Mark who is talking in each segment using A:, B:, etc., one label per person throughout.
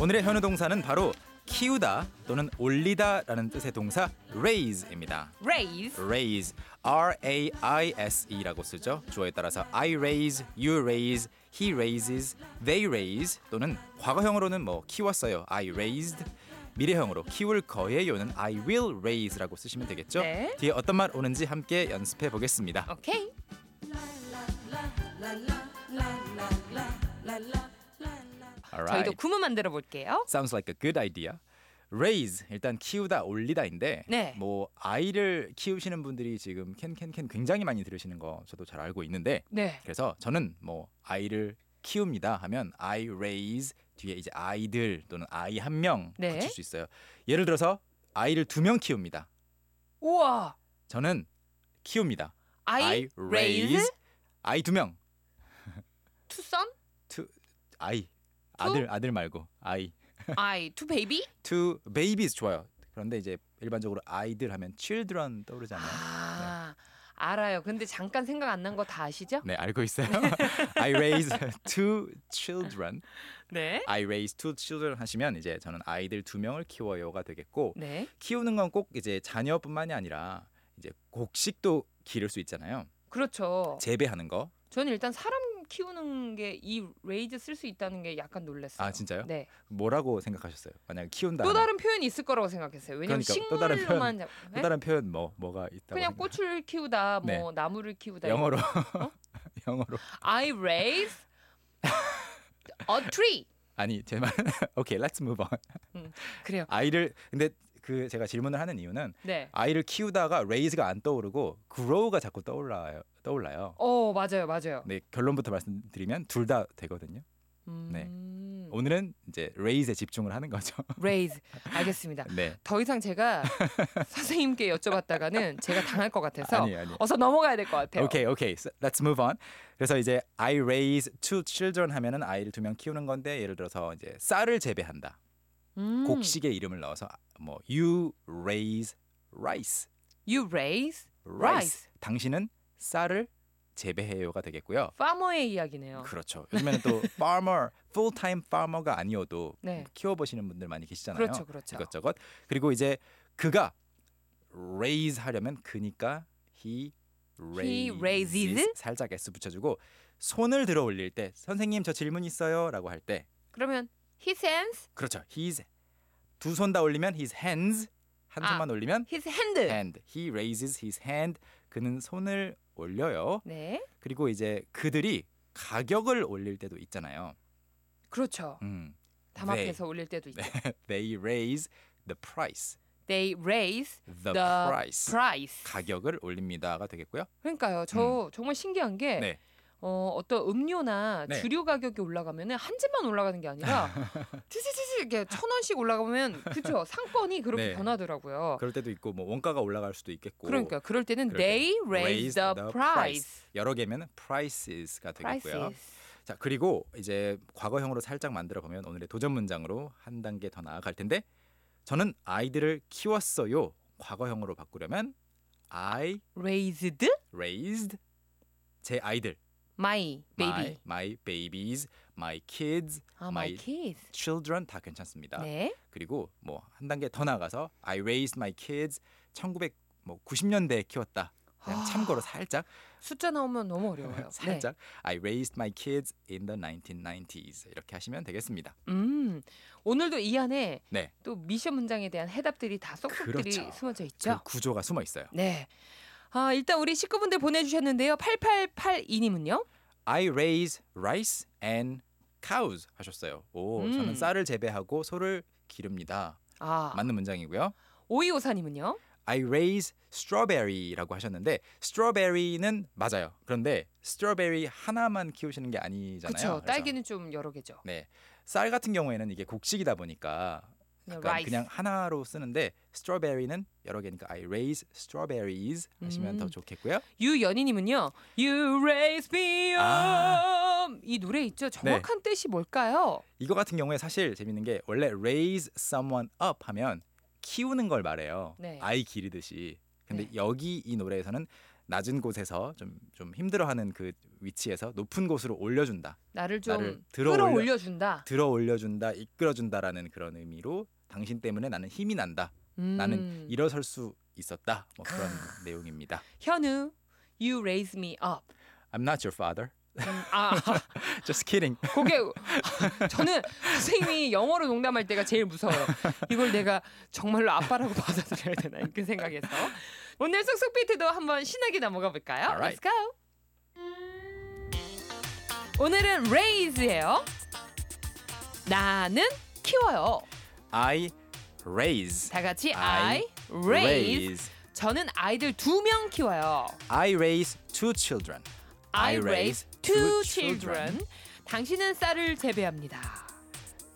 A: 오늘의 현우 동사는 바로 키우다 또는 올리다라는 뜻의 동사 raise입니다.
B: raise
A: raise, r a i s e라고 쓰죠. 주어에 따라서 I raise, you raise, he raises, they raise 또는 과거형으로는 뭐 키웠어요. I raised. 미래형으로 키울 거예요는 I will raise라고 쓰시면 되겠죠.
B: 네. 어,
A: 뒤에 어떤 말 오는지 함께 연습해 보겠습니다.
B: 오케이
A: Alright.
B: 저희도 구문 만들어 볼게요
A: Sounds like a good idea. Raise 일단 키우다 올리다인데
B: 네.
A: 뭐 아이를 키우시는 분들이 지금 캔캔캔 굉장히 많이 들으시는 거 저도 잘 알고 있는데
B: 네
A: 그래서 저는 뭐 아이를 키웁니다 하면 I raise 뒤에 이제 아이들 또는 아이 한 명
B: 네.
A: 붙일 수 있어요. 예를 들어서 아이를 두 명 키웁니다.
B: 우와
A: 저는 키웁니다.
B: I, raise
A: 아이 두 명.
B: to son
A: 아이 아들 아들 말고 아이
B: I to baby
A: two babies 좋아요. 그런데 이제 일반적으로 아이들 하면 children 떠오르잖아요. 네.
B: 아 알아요 근데 잠깐 생각 안 난 거 다 아시죠
A: 네, 알고 있어요. I raise two children.
B: 네
A: I raise two children 하시면 이제 저는 아이들 두 명을 키워요가 되겠고
B: 네
A: 키우는 건 꼭 이제 자녀뿐만이 아니라 이제 곡식도 기를 수 있잖아요.
B: 그렇죠
A: 재배하는 거.
B: 저는 일단 사람 키우는 게 이 raise 쓸 수 있다는 게 약간 놀랐어요
A: 아, 진짜요?
B: 네
A: 뭐라고 생각하셨어요? 만약에 키운다.
B: 또
A: 하면
B: 다른 표현이 있을 거라고 생각했어요. 왜냐면
A: 그러니까 또 다른
B: 식물로만 잡... 네?
A: 또 다른 표현 뭐 뭐가 있다고
B: 그냥
A: 생각-
B: 꽃을 키우다, 뭐
A: 네.
B: 나무를 키우다.
A: 영어로 영어로
B: I raise a tree.
A: 아니 제 말은 오케이 let's move on
B: 그래요.
A: 아이를 근데 그 제가 질문을 하는 이유는
B: 네.
A: 아이를 키우다가 raise가 안 떠오르고 grow가 자꾸 떠올라요 떠올라요
B: 어 맞아요, 맞아요.
A: 네, 결론부터 말씀드리면 둘 다 되거든요. 네.
B: 음,
A: 오늘은 이제 레이즈에 집중을 하는 거죠.
B: raise. 알겠습니다.
A: 네.
B: 더 이상 제가 선생님께 여쭤봤다가는 제가 당할 것 같아서
A: 아니 아니.
B: 어서 넘어가야 될 것 같아요.
A: 오케이 오케이. So, Let's move on. 그래서 이제 I raise two children 하면은 아이를 두 명 키우는 건데 예를 들어서 이제 쌀을 재배한다.
B: 음,
A: 곡식의 이름을 넣어서 뭐 you raise rice.
B: You raise
A: rice.
B: rice.
A: 당신은 쌀을 재배해요가 되겠고요.
B: farmer의 이야기네요.
A: 그렇죠. 요즘에는 또 farmer, full-time farmer가 아니어도
B: 네.
A: 키워보시는 분들 많이 계시잖아요.
B: 그렇죠, 그렇죠.
A: 이것저것 그리고 이제 그가 raise 하려면 그니까 he
B: He
A: raises,
B: raises?
A: 살짝 s 붙여주고 손을 들어 올릴 때 선생님 저 질문 있어요라고 할 때
B: 그러면 his hands,
A: 그렇죠 his 두 손 다 올리면 his hands 한
B: 아.
A: 손만 올리면
B: his hand.
A: hand he raises his hand 그는 손을 올려요
B: 네.
A: 그리고 이제 그들이 가격을 올릴 때도 있잖아요
B: 그렇죠.
A: 음
B: 담
A: They.
B: 앞에서 올릴 때도
A: 네.
B: 있죠.
A: they raise the price
B: They raise
A: the,
B: The
A: price
B: price.
A: 가격을 올립니다가 되겠고요.
B: 그러니까요. 저 정말 신기한 게
A: 네.
B: 어, 어떤 음료나
A: 네.
B: 주류 가격이 올라가면 한 집만 올라가는 게 아니라 티지티지 이렇게 천 원씩 올라가면 그쵸 상권이 그렇게
A: 네.
B: 변하더라고요.
A: 그럴 때도 있고 뭐 원가가 올라갈 수도 있겠고
B: 어. 그러니까 그럴 때는
A: 그럴 때
B: they raise the, price.
A: 여러 개면 prices가 되겠고요.
B: prices.
A: 자 그리고 이제 과거형으로 살짝 만들어 보면 오늘의 도전 문장으로 한 단계 더 나아갈 텐데 저는 아이들을 키웠어요. 과거형으로 바꾸려면 I
B: raised
A: raised 제 아이들
B: my baby.
A: my my babies, my kids,
B: 아, my,
A: my-
B: kids.
A: children 다 괜찮습니다.
B: 네.
A: 그리고 뭐 한 단계 더 나가서 I raised my kids 뭐 1990년대에 키웠다. 그냥
B: 아.
A: 참고로 살짝
B: 숫자 나오면 너무 어려워요. 네.
A: 살짝 I raised my kids in the 1990s 이렇게 하시면 되겠습니다. 그
B: 네. 음. 오늘도 이 안에
A: 네.
B: 또 미션 문장에 대한 해답들이 다 쏙쏙들이
A: 그렇죠.
B: 숨어져 있죠.
A: 그 구조가 숨어 있어요.
B: 네. 아, 일단 우리 식구분들 보내주셨는데요. 8882님은요.
A: I raise rice and cows 하셨어요. 오,
B: 음.
A: 저는 쌀을 재배하고 소를 기릅니다.
B: 아,
A: 맞는 문장이고요.
B: 오이오사님은요.
A: I raise strawberry라고 하셨는데 strawberry는 맞아요. 그런데 strawberry 하나만 키우시는 게 아니잖아요. 그래서
B: 그렇죠. 딸기는 좀 여러 개죠.
A: 네. 쌀 같은 경우에는 이게 곡식이다 보니까
B: 그냥
A: 약간
B: 라이스.
A: 그냥 하나로 쓰는데 strawberry는 여러 개니까 I raise strawberries 하시면
B: 음.
A: 더 좋겠고요.
B: 유연희님은요. You raise me up.
A: 아.
B: 이 노래 있죠. 정확한 뜻이 뭘까요?
A: 이거 같은 경우에 사실 재밌는 게 원래 raise someone up 하면 키우는 걸 말해요.
B: 네.
A: 아이 기르듯이. 근데
B: 네.
A: 여기 이 노래에서는 낮은 곳에서 좀 좀 힘들어하는 그 위치에서 높은 곳으로 올려준다.
B: 나를 좀
A: 나를 들어올려-
B: 끌어올려 준다.
A: 들어 올려준다, 이끌어준다라는 그런 의미로 당신 때문에 나는 힘이 난다,
B: 음.
A: 나는 일어설 수 있었다, 뭐 그런
B: 아.
A: 내용입니다.
B: 현우, you raise me up.
A: I'm not your father.
B: 음, 아,
A: Just kidding.
B: 그게 저는 선생님이 영어로 농담할 때가 제일 무서워요. 이걸 내가 정말로 아빠라고 받아들여야 되나 이렇게 생각해서 오늘 쏙쏙 비트도 한번 신나게 넘어가 볼까요?
A: Alright.
B: Let's go. 오늘은 raise예요. 나는 키워요.
A: I raise.
B: 다 같이
A: I
B: I, raise. 저는 아이들 두 명 키워요.
A: I raise two children.
B: I raise two children. 당신은 쌀을 재배합니다.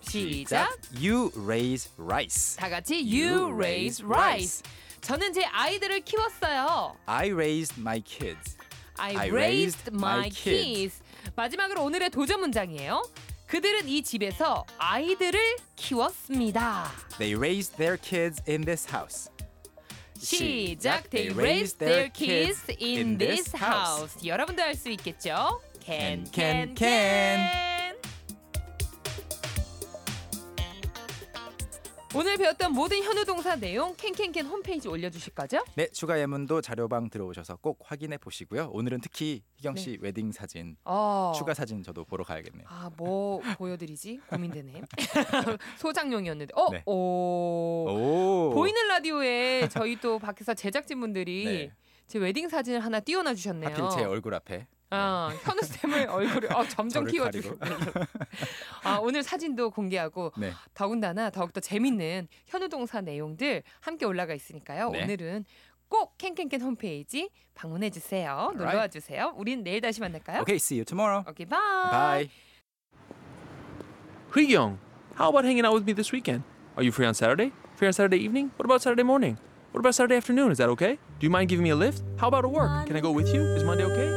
B: 시작.
A: You raise rice.
B: 다 같이 you raise rice. 저는 제 아이들을 키웠어요.
A: I raised my kids.
B: I,
A: I raised
B: raised
A: my
B: my
A: kids.
B: kids. 마지막으로 오늘의 도전 문장이에요. 그들은 이 집에서 아이들을 키웠습니다.
A: They raised their kids in this house.
B: 시작. They raised their kids in this house. 여러분도 할 수 있겠죠? Can
A: Can,
B: can
A: can.
B: can. 오늘 배웠던 모든 현우 동사 내용 캔캔캔 홈페이지 올려주실 거죠?
A: 네, 추가 예문도 자료방 들어오셔서 꼭 확인해 보시고요. 오늘은 특히 희경 씨 웨딩 사진,
B: 네. 어.
A: 추가 사진 저도 보러 가야겠네요.
B: 아, 뭐 보여드리지? 고민되네. 소장용이었는데. 어,
A: 네.
B: 오.
A: 오.
B: 어. 보이는 라디오에 저희 또 밖에서 제작진분들이
A: 네.
B: 제 웨딩 사진을 하나 띄워놔 주셨네요.
A: 하필 제 얼굴 앞에.
B: 아, 현우 쌤의 얼굴을 어, 점점
A: 저를
B: 키워주고. 아, 오늘 사진도 공개하고
A: 네.
B: 더군다나 더욱더 재밌는 현우 동사 내용들 함께 올라가 있으니까요.
A: 네.
B: 오늘은 꼭 캔캔캔 홈페이지 방문해 주세요. 놀러 와 주세요. 우린 내일 다시 만날까요?
A: Okay, see you tomorrow.
B: 오케이,
A: Bye.
C: Young, how about hanging out with me this weekend? Are you free on Saturday? Free on Saturday evening? What about Saturday morning? What about Saturday afternoon? Is that okay? Do you mind giving me a lift? How about at work? Can I go with you? Is Monday okay? Can